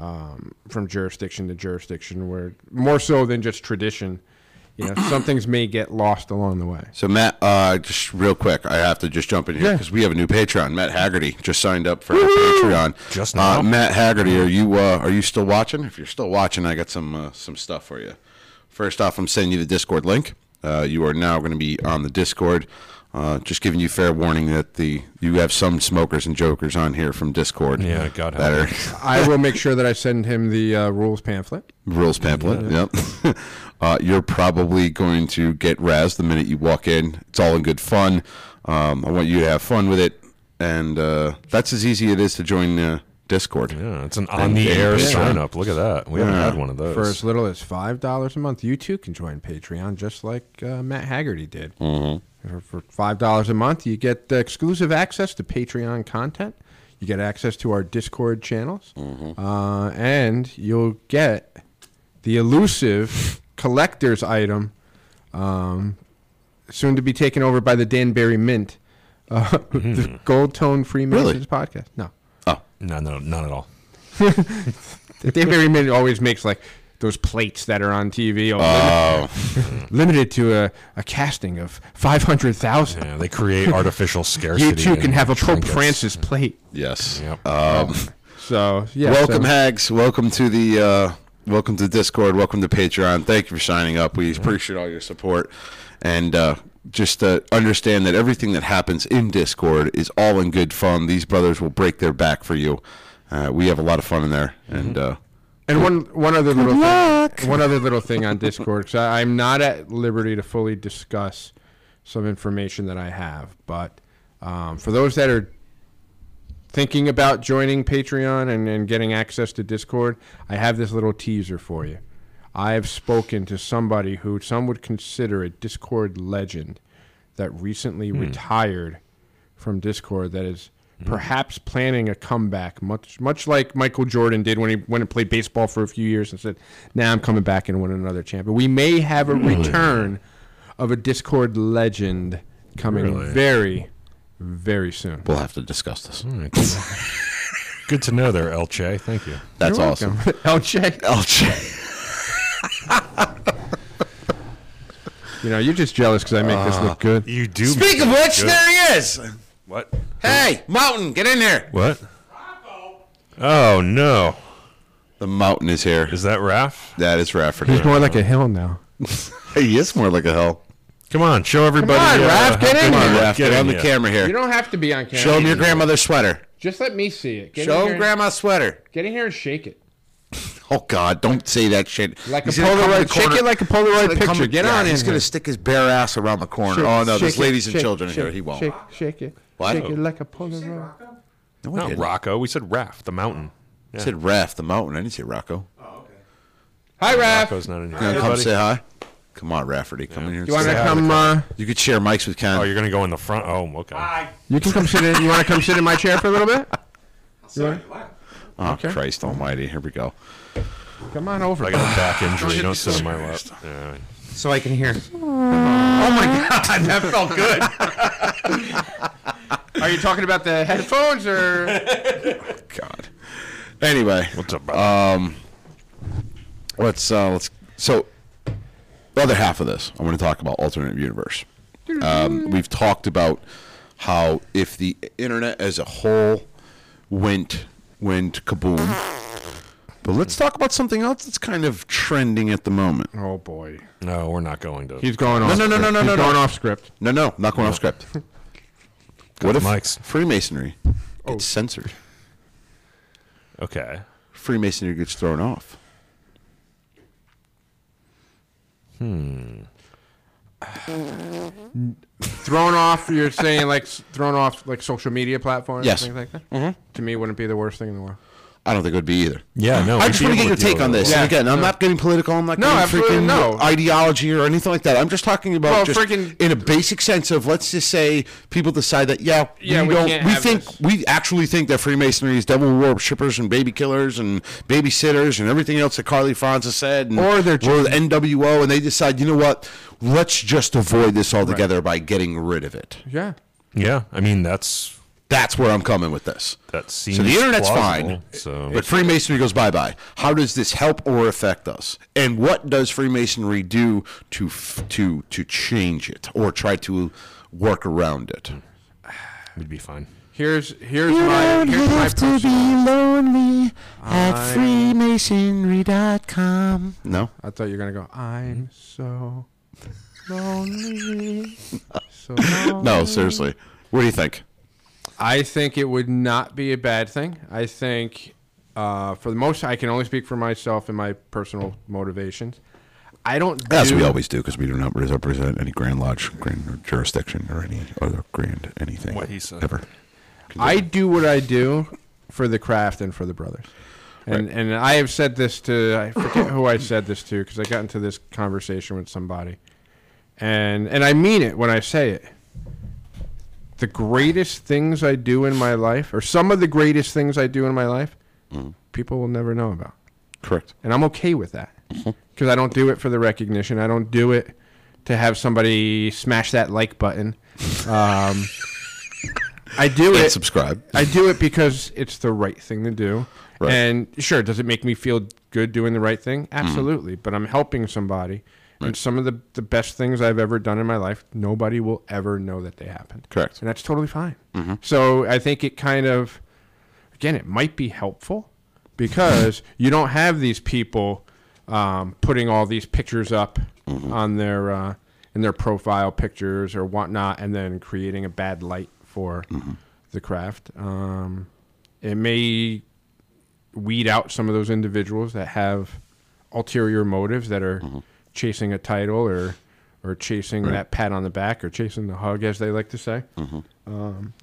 um, from jurisdiction to jurisdiction where more so than just tradition you know some things may get lost along the way so Matt, uh, just real quick, I have to just jump in here Yeah. because we have a new Patreon. Matt Haggerty just signed up for our Patreon. Just Uh, now? Matt Haggerty, are you uh, are you still watching? If you're still watching, I got some uh, some stuff for you. First off, I'm sending you the Discord link. Uh, you are now going to be on the Discord. Uh, just giving you fair warning that the you have some smokers and jokers on here from Discord. Yeah, God that help. are- i will make sure that i send him the uh, rules pamphlet Rules pamphlet. Yep. uh, you're probably going to get razzed the minute you walk in. It's all in good fun. Um, I want you to have fun with it, and uh, that's as easy it is to join uh, Discord. Yeah, it's an on the air Yeah. sign up. Look at that. We haven't had one of those. for as little as five dollars a month you too can join patreon just like uh, matt haggerty did for, for five dollars a month you get uh, exclusive access to patreon content you get access to our discord channels uh, and you'll get the elusive collector's item um, soon to be taken over by the Danbury Mint, uh, the Gold Tone Freemasons Really? podcast. No, Oh, no, no, not at all. the Danbury Mint always makes like those plates that are on TV, all limited, limited to a, a casting of five hundred thousand. Yeah, they create artificial scarcity. You too can and have a Pope trinkets. Francis plate. yes. Yep. So yeah, welcome, so- Hags. Welcome to the. Uh, Welcome to Discord. Welcome to Patreon. Thank you for signing up. We appreciate all your support. And uh, just uh, understand that everything that happens in Discord is all in good fun. These brothers will break their back for you. Uh, we have a lot of fun in there. And uh, And one one other little thing, one other little thing on Discord because I'm not at liberty to fully discuss some information that I have, but um, for those that are thinking about joining Patreon and, and getting access to Discord, I have this little teaser for you. I have spoken to somebody who some would consider a Discord legend that recently retired from Discord that is Hmm. perhaps planning a comeback, much much like Michael Jordan did when he went and played baseball for a few years and said, "Now I'm coming back and winning another champion." We may have a return of a Discord legend coming Really? very, very soon. we'll have to discuss this. Good to know there, Elche. Thank you. That's You're awesome. Oh. welcome. LJ. LJ. You know, you're just jealous because I make this look good. You do. Speak Uh, of which, there he is. What? Hey, Mountain, get in here. What? Oh no! The Mountain is here. Is that Raph? That is Rafferty. It's more like a hill now. he is more like a hell. Come on, show everybody. uh, on, Raph, how get Come good in you on, look. Raph, Get get in on the here. camera You here. don't have to be on camera. Show him your grandmother's sweater. Just let me see it. Get Show in him here, grandma's sweater. Get in here and shake it. Oh God! Don't say that shit. Like a He's gonna come in Polaroid- the corner. shake it like a Polaroid He's gonna come- picture. Get yeah, on He's in gonna here. stick his bare ass around the corner. Shake- oh no, there's shake it, ladies and shake- children in here. shake- He won't. Shake, shake it. What? Shake it like a Polaroid. No, I Not didn't. Rocco. We said Raph, the mountain. I said Raph, the mountain. I didn't say Rocco. Hi, Raph. Rocco's not in here. You gonna Hey, come buddy. say hi? Come on, Rafferty. Come in here. And You want say to hi. come? Uh, You could share mics with Ken. Oh, you're gonna go in the front. Oh, okay. you can come sit in. You want to come sit in my chair for a little bit? You wanna- oh okay. Christ Almighty! Here we go. Come on over. I got a back injury. Don't sit in my lap. Yeah. so I can hear. Oh my God! That felt good. Are you talking about the headphones or? God. Anyway, What's up, brother? let's uh, let's. So, the other half of this, I want to talk about alternate universe. Um, we've talked about how if the internet as a whole went went kaboom. But let's talk about something else that's kind of trending at the moment. oh boy. no, we're not going to. He's going off. no, no, script. no, He's no, no. going off script. No, no, not going off script. what if mics. Freemasonry gets censored? Okay. Freemasonry gets thrown off. Thrown off. You're saying like s- thrown off like social media platforms. Yes. Things like that. Mm-hmm. To me, wouldn't be the worst thing in the world. I don't think it would be either. Yeah, no. I we'd just be want to able get your deal take on with it. this. Yeah. and again, I'm not getting political. I'm not No, getting absolutely freaking no. ideology or anything like that. I'm just talking about Well, just freaking- in a basic sense of let's just say people decide that yeah, Yeah, we, we don't can't we have think this. we actually think that Freemasonry is devil worshippers and baby killers and babysitters and everything else that Carly Fonza said and Or they're or the NWO and they decide you know what let's just avoid this altogether by getting rid of it. Yeah. Yeah, I mean that's That's where I'm coming with this. that seems. So the internet's plausible, fine, So but Freemasonry goes bye bye. How does this help or affect us? And what does Freemasonry do to f- to to change it or try to work around it? we'd be fine. Here's here's my here's my personal. lonely at freemasonry.com. No, I thought you were gonna go. I'm so lonely. So lonely. no, seriously. What do you think? I think it would not be a bad thing. I think, uh, for the most, I can only speak for myself and my personal motivations. I don't. As do, we always do, because we do not represent any Grand Lodge, Grand jurisdiction, or any other Grand anything. What he said. Ever. I do what I do for the craft and for the brothers. And and I have said this to I forget who I said this to because I got into this conversation with somebody, and and I mean it when I say it. The greatest things I do in my life, or some of the greatest things I do in my life, people will never know about. Correct. and I'm okay with that because I don't do it for the recognition. I don't do it to have somebody smash that like button. Um, I do And it. subscribe. I do it because it's the right thing to do. Right. Mm-hmm. And sure, does it make me feel good doing the right thing? Absolutely. But I'm helping somebody. And some of the, the best things I've ever done in my life, nobody will ever know that they happened. Correct. Mm-hmm. And that's totally fine. So I think it kind of, again, it might be helpful because you don't have these people um, putting all these pictures up on their uh, in their profile pictures or whatnot, and then creating a bad light for the craft. Um, it may weed out some of those individuals that have ulterior motives that are chasing a title or or chasing that pat on the back or chasing the hug, as they like to say. Um,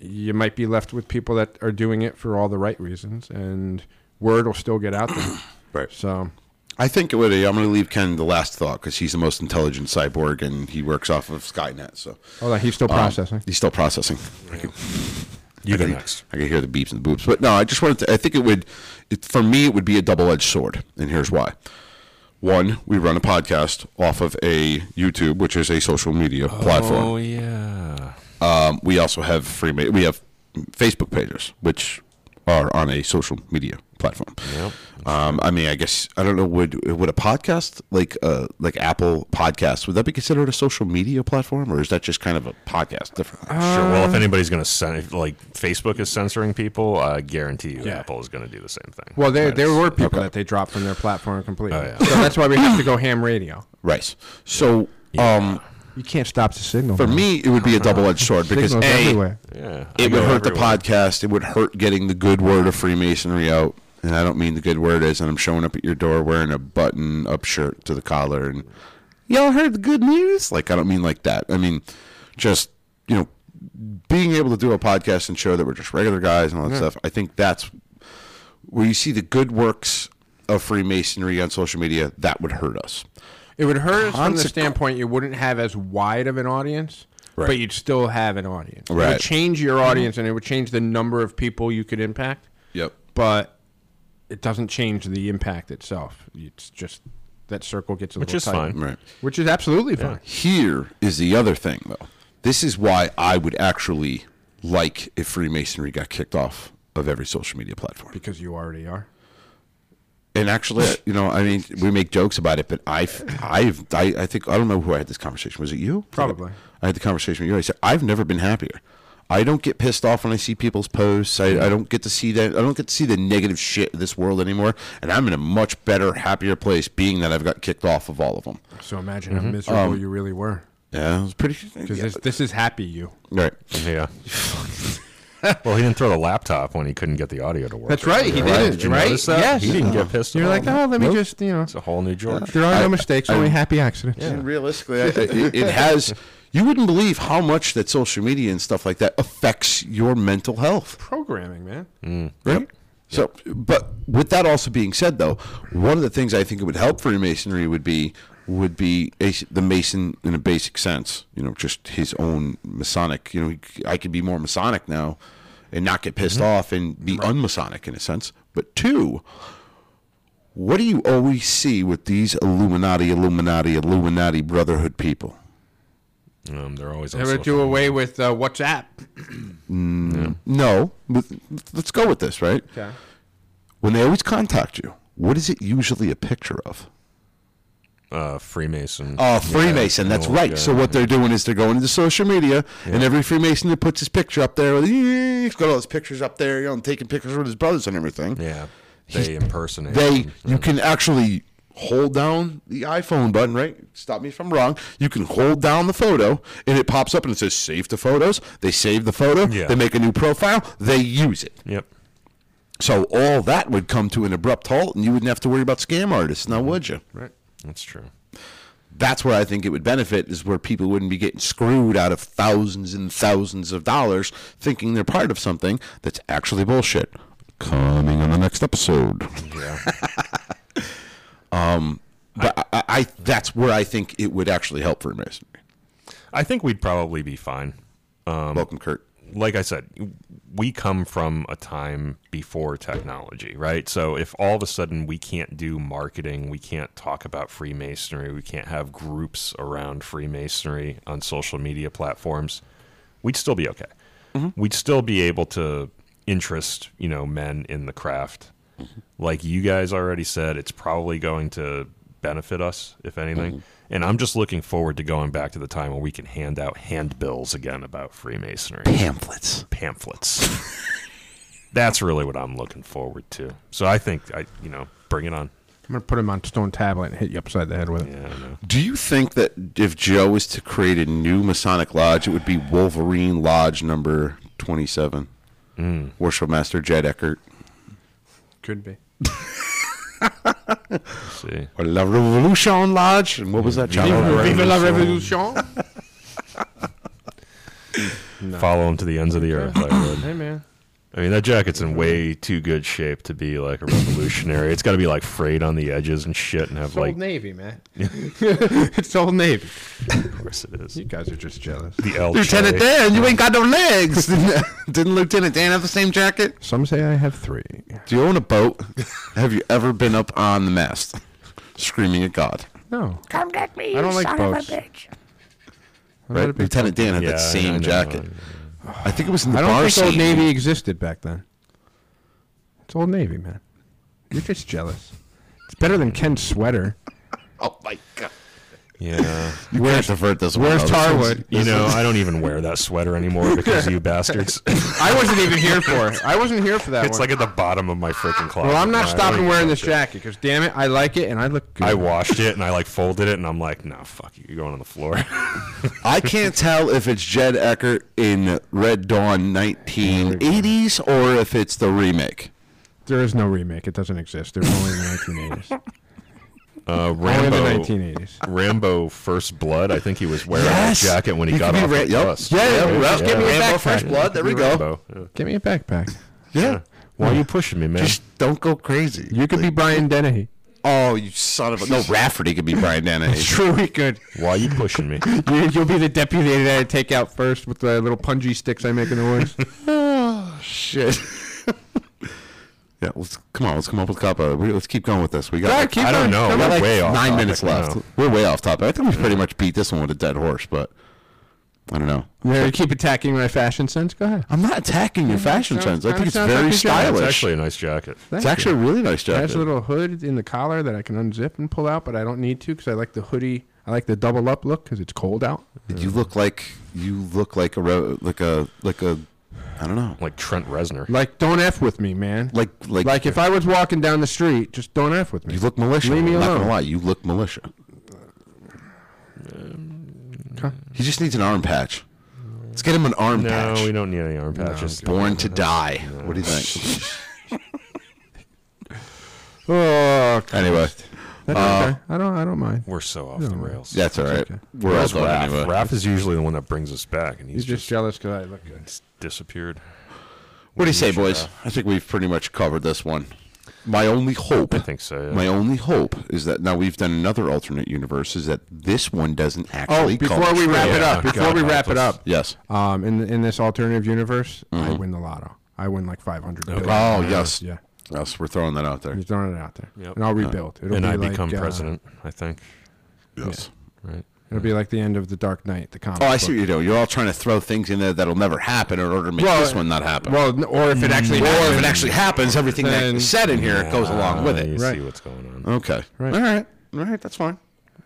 you might be left with people that are doing it for all the right reasons, and word will still get out there. Right. So I think it would. I'm going to leave Ken the last thought because he's the most intelligent cyborg and he works off of Skynet. So Hold on, oh, he's still um, processing. he's still processing. You go I can- next. I can hear the beeps and the boops. But no, I just wanted to. I think it would. It, for me, it would be a double-edged sword, and here's why. One, we run a podcast off of a YouTube, which is a social media Oh. platform. yeah. Um, we also have free. We have Facebook pages, which are on a social media platform. Yep. Um, I mean, I guess I don't know. Would would a podcast like uh like Apple Podcasts would that be considered a social media platform, or is that just kind of a podcast? Different. Sure. Well, if anybody's going to censor, if, like Facebook is censoring people, I guarantee you Yeah. Apple is going to do the same thing. Well, there, Right. there were people Okay. that they dropped from their platform completely. Oh, yeah. So that's why we have to go ham radio. Right. So, um, You can't stop the signal. For man. me, it would be a double-edged sword because a, Signals everywhere. Yeah, I it would go hurt the everywhere. podcast. It would hurt getting the good word of Freemasonry out. And I don't mean the good word as and I'm showing up at your door wearing a button-up shirt to the collar and y'all heard the good news. Like I don't mean like that. I mean just you know being able to do a podcast and show that we're just regular guys and all that stuff. I think that's where you see the good works of Freemasonry on social media. That would hurt us. It would hurt us from the Consequ- standpoint you wouldn't have as wide of an audience, Right. but you'd still have an audience. It Right. would change your audience and it would change the number of people you could impact, Yep. but it doesn't change the impact itself. It's just that circle gets a which little is tight. fine. Right. Which is absolutely fine. Here is the other thing, though. This is why I would actually like if Freemasonry got kicked off of every social media platform. Because you already are. And actually, you know, I mean, we make jokes about it, but I've, I've, I, I think, I don't know who I had this conversation. Was it you? Probably. I had the conversation with you. I said, I've never been happier. I don't get pissed off when I see people's posts. I, I don't get to see that. I don't get to see the negative shit of this world anymore. And I'm in a much better, happier place being that I've got kicked off of all of them. So imagine how miserable you really were. Yeah, it was pretty. Because yeah. this, this is happy you. Right. Yeah. well, he didn't throw the laptop when he couldn't get the audio to work. right. He did, Did you notice that? He didn't get pissed. You're at like, all. oh, let me just, you know. it's a whole new George. There are no mistakes, only happy accidents. And realistically, I, it, it has. You wouldn't believe how much that social media and stuff like that affects your mental health, Programming, man. right? So, but with that also being said, though, one of the things I think it would help Freemasonry would be would be a, the Mason in a basic sense, you know, just his own Masonic. You know, he c- I could be more Masonic now, and not get pissed off and be unmasonic in a sense. But two, what do you always see with these Illuminati, Illuminati, Illuminati Brotherhood people? Um, they're always. On They would social do away with uh, WhatsApp. No, but let's go with this, right? Okay. When they always contact you, what is it usually a picture of? uh, Freemason. Oh, Freemason. that's right. so what they're doing is they're going into social media, and every Freemason that puts his picture up there, "Yeah," he's got all his pictures up there, you know, and taking pictures with his brothers and everything. yeah, they impersonate. They, you can actually hold down the iPhone button, right? Stop me if I'm wrong. You can hold down the photo, and it pops up and it says "Save to Photos." They save the photo. Yeah. They make a new profile. They use it. Yep. So all that would come to an abrupt halt, and you wouldn't have to worry about scam artists, now would you? Right. That's true. That's where I think it would benefit is where people wouldn't be getting screwed out of thousands and thousands of dollars thinking they're part of something that's actually bullshit. Coming on the next episode. Um, Yeah. But I, I, I that's where I think it would actually help for masonry. I think we'd probably be fine. Welcome, Kurt. like I said, we come from a time before technology, right? So if all of a sudden we can't do marketing, we can't talk about Freemasonry, we can't have groups around Freemasonry on social media platforms, we'd still be okay. Mm-hmm. We'd still be able to interest, you know, men in the craft. Mm-hmm. Like you guys already said, it's probably going to benefit us, if Mm-hmm. anything. And I'm just looking forward to going back to the time when we can hand out handbills again about Freemasonry Pamphlets. pamphlets. That's really what I'm looking forward to. So I think I, you know, bring it on. I'm going to put him on stone tablet and hit you upside the head with it. Yeah, I don't know. Do you think that if Joe was to create a new Masonic lodge, it would be Wolverine Lodge number 27? Hmm. Worship Master Jed Eckert. Could be. Let's see, Or La Revolution Lodge. And what was that channel? Vive Vive la la revolution. follow him to the ends of the earth. I would. hey, man. I mean, that jacket's in way too good shape to be like a revolutionary. It's got to be like frayed on the edges and shit, and have It's like. Old Navy, man. it's Old Navy. Of course, it is You guys are just jealous. the L. Lieutenant tray. Dan, you ain't got no legs. Didn't Lieutenant Dan have the same jacket? Some say I have three. Do you own a boat? have you ever been up on the mast screaming at God? No. Come get me, I don't you like son boats. of a bitch. I'm not a Right? big- Lieutenant Dan had Yeah, I- that I same know. jacket. I think it was in the I bar don't think Old scene. Navy existed back then. It's Old Navy, man. You're just jealous. It's better than Ken's sweater. Oh my god! Yeah. You where's, can't divert this one. where's though. This Tarwood? one's- You know, I don't even wear that sweater anymore because of you bastards. it's I wasn't even here for it. I wasn't here for that one. like at the bottom of my freaking closet. well, I'm No, not I don't stopping even wearing touch this it. jacket because damn it, I like it and I look good. I washed it and I like folded it and I'm like, nah, fuck you. You're going on the floor. I can't tell if it's Jed Eckert in Red Dawn 1980s or if it's the remake. there is no remake. It doesn't exist. There's only the 1980s. Uh, only the Rambo. 1980s. Rambo First Blood. I think he was wearing Yes! that jacket when he You got could be off ra- the yep. bus. Yeah, yeah, well, give me a Rambo back fresh Fresh. blood. There we go. Rambo. Yeah. Give me a backpack. Yeah. Why are you pushing me, man? Just don't go crazy. You could be Brian Dennehy. Oh, you son of a. No, Rafferty could be Brian Dennehy. True, we could. Why are you pushing me? You, you'll be the deputy that I take out first with the little punji sticks I make in the woods. oh, shit. yeah, let's come on. Let's come up with Kappa. We, let's keep going with this. We got. Yeah, keep I don't on. know. Come we We're got like way off nine topic minutes left. now. We're way off topic. I think we pretty much beat this one with a dead horse, but I don't know. Yeah, you keep attacking my fashion sense. Go ahead. I'm not attacking your fashion sense. sounds- I think kinda it's sounds very like your job. stylish. It's actually a nice jacket. It's actually a really nice It jacket. has a little hood in the collar that I can unzip and pull out, but I don't need to because I like the hoodie. I like the double up look because it's cold out. You look like you look like a ro- like a like a I don't know Like Trent Reznor. Like, don't f with me, man. like like, Like, if I was walking down the street, just don't f with me. you look militia. Leave me I'm Not alone. gonna lie, you look militia. Um, He just needs an arm patch. Let's get him an arm no, patch. we don't need any arm patches. Born to die. What do you think? Oh, c- anyway, that's okay. I don't. I don't mind. We're so off the rails. that's all right. okay. We're all Where's done Raph? anyway. Raph is usually the one that brings us back, and he's He's just just, jealous because I look good. disappeared. What do you say, Raph. boys? I think we've pretty much covered this one. My only hope I think so. yeah. My only hope is that now we've done another alternate universe is that this one doesn't actually. Oh, before we wrap it up, Yeah, before God we help wrap it us. up, Yes. um, in in this alternative universe, I win the lotto. I win like five hundred. Oh yes. Yeah. Yes, we're throwing that out there. He's throwing it out there, Yep. and I'll rebuild. It'll and be I like, become uh, president. I think. Yes. Right. It'll be like the end of the Dark Knight, the comic. Oh, I book. see what you're doing. You're all trying to throw things in there that'll never happen in order to make Well, this one not happen. Well, n- or if it actually, or if it happened. actually happens, everything Then- that's said in here goes along with Ah, You it. Right. Um, see what's going on. Okay. Right. All right. All right. That's fine.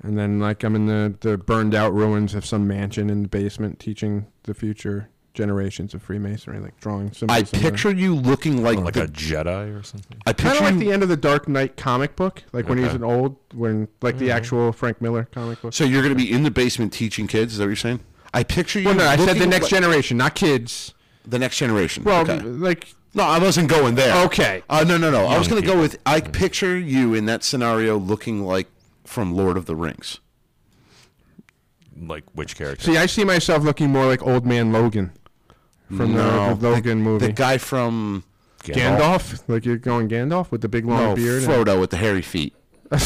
and then like I'm in the the burned out ruins of some mansion in the basement, teaching the future generations of Freemasonry, like drawing symbols. I in the- picture you looking like, Like the, a Jedi or something. I Kind picture of like you- the end of the Dark Knight comic book, like when he was Okay. an old, when like the actual Frank Miller comic book. so you're going to be in the basement teaching kids. Is that what you're saying? I picture you. Well, no, I said the looking next like- generation, not kids. The next generation. Well, okay. like No, I wasn't going there. Okay. Uh, no, no, no. I was Young going to go with I picture you in that scenario looking like from Lord of the Rings. Like which character? see, I see myself looking more like Old Man Logan from No, the, the Logan movie. The guy from Gandalf, like you're going Gandalf with the big long no, beard. and- Oh, Frodo with the hairy feet. I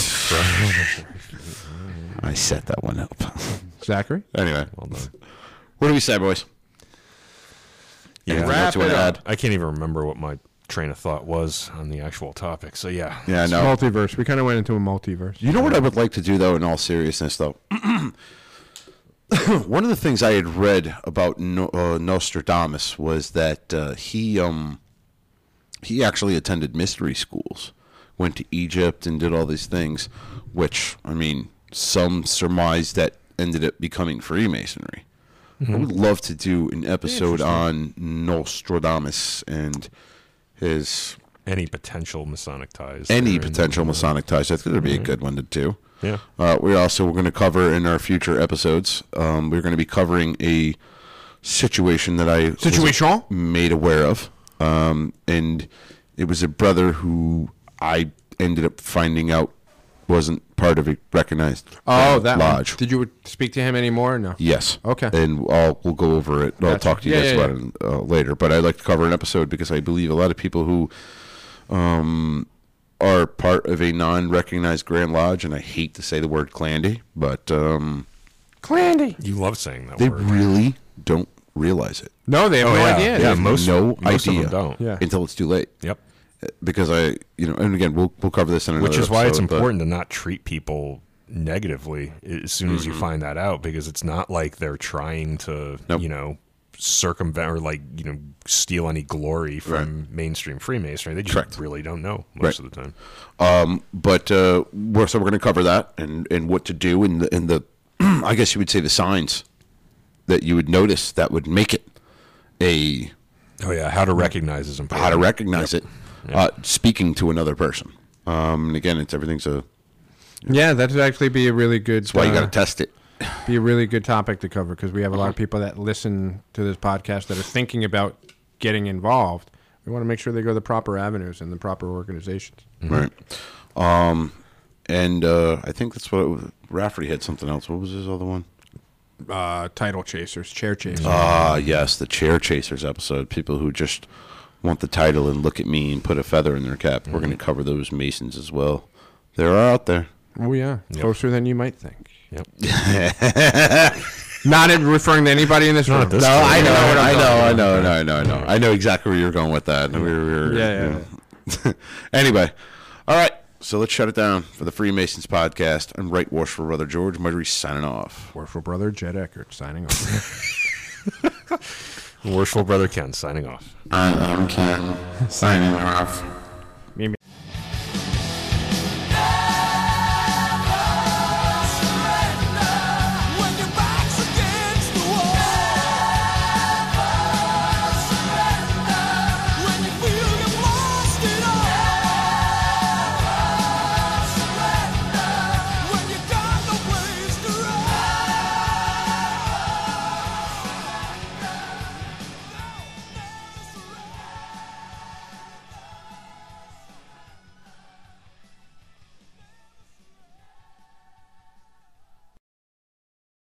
set that one up. Zachary. anyway, Well done. what do we say, boys? Yeah. Anything else you Wrap wanna it up. add? I can't even remember what my train of thought was on the actual topic. So yeah. Yeah, no. Multiverse. We kind of went into a multiverse. You know what I would like to do, though, in all seriousness, though? One of the things I had read about no- uh, Nostradamus was that uh, he um, he actually attended mystery schools, went to Egypt, and did all these things, which, I mean, some surmise that ended up becoming Freemasonry. I would love to do an episode on Nostradamus and his Any potential Masonic ties? any there and- potential Masonic ties. That's going to be a good one to do. Yeah. Uh, we also we're going to cover in our future episodes. Um, we're going to be covering a situation that I was Situation? made aware of, um, and it was a brother who I ended up finding out wasn't part of a recognized Oh, uh, that one. lodge. Did you speak to him anymore? No. Yes. Okay. And I'll we'll go over it. I'll Gotcha. talk to you Yeah, guys yeah, about it uh, later. But I'd like to cover an episode because I believe a lot of people who, um, are part of a non-recognized Grand Lodge, and I hate to say the word clandy, but um, Clandy. You love saying that they word. really don't realize it. No, they have Oh, no yeah. idea. Yeah, They have most- no most of idea them don't. Yeah. until it's too late. Yep. Because I, you know, and again, we'll we'll cover this in another. Which is why it's episode, but- important to not treat people negatively as soon as you find that out, because it's not like they're trying to, Mm-hmm. Nope. you know, circumvent or like you know steal any glory from mainstream Freemasonry. They just Correct. really don't know Right. most of the time. Um, but uh, we're, so we're going to cover that and, and what to do in the in the I guess you would say the signs that you would notice that would make it a Oh yeah, how to recognize is important. how to recognize it Uh, speaking to another person. Um, and again, it's everything's a Yeah, that'd actually be a really good. why you uh, got to test it. be a really good topic to cover because we have a lot of people that listen to this podcast that are thinking about getting involved. We want to make sure they go the proper avenues and the proper organizations. Right. Um, and uh, I think that's what it was. Rafferty had something else. What was his other one? Uh, title chasers, chair chasers. Ah, yes, the chair chasers episode. People who just want the title and look at me and put a feather in their cap. We're going to cover those masons as well. They're out there. oh yeah, closer than you might think. Yep. Not in referring to anybody in this room. at this No, point. I know, I know, I know, I know, I know, I know. I know exactly where you're going with that. And we were, we were- Yeah, yeah, yeah. anyway, all right. So let's shut it down for the Freemasons podcast. I'm right, Washful Brother George Murray signing off. Worshipful brother Jed Eckert signing off. Worshipful brother Ken signing off. I am Ken, signing off.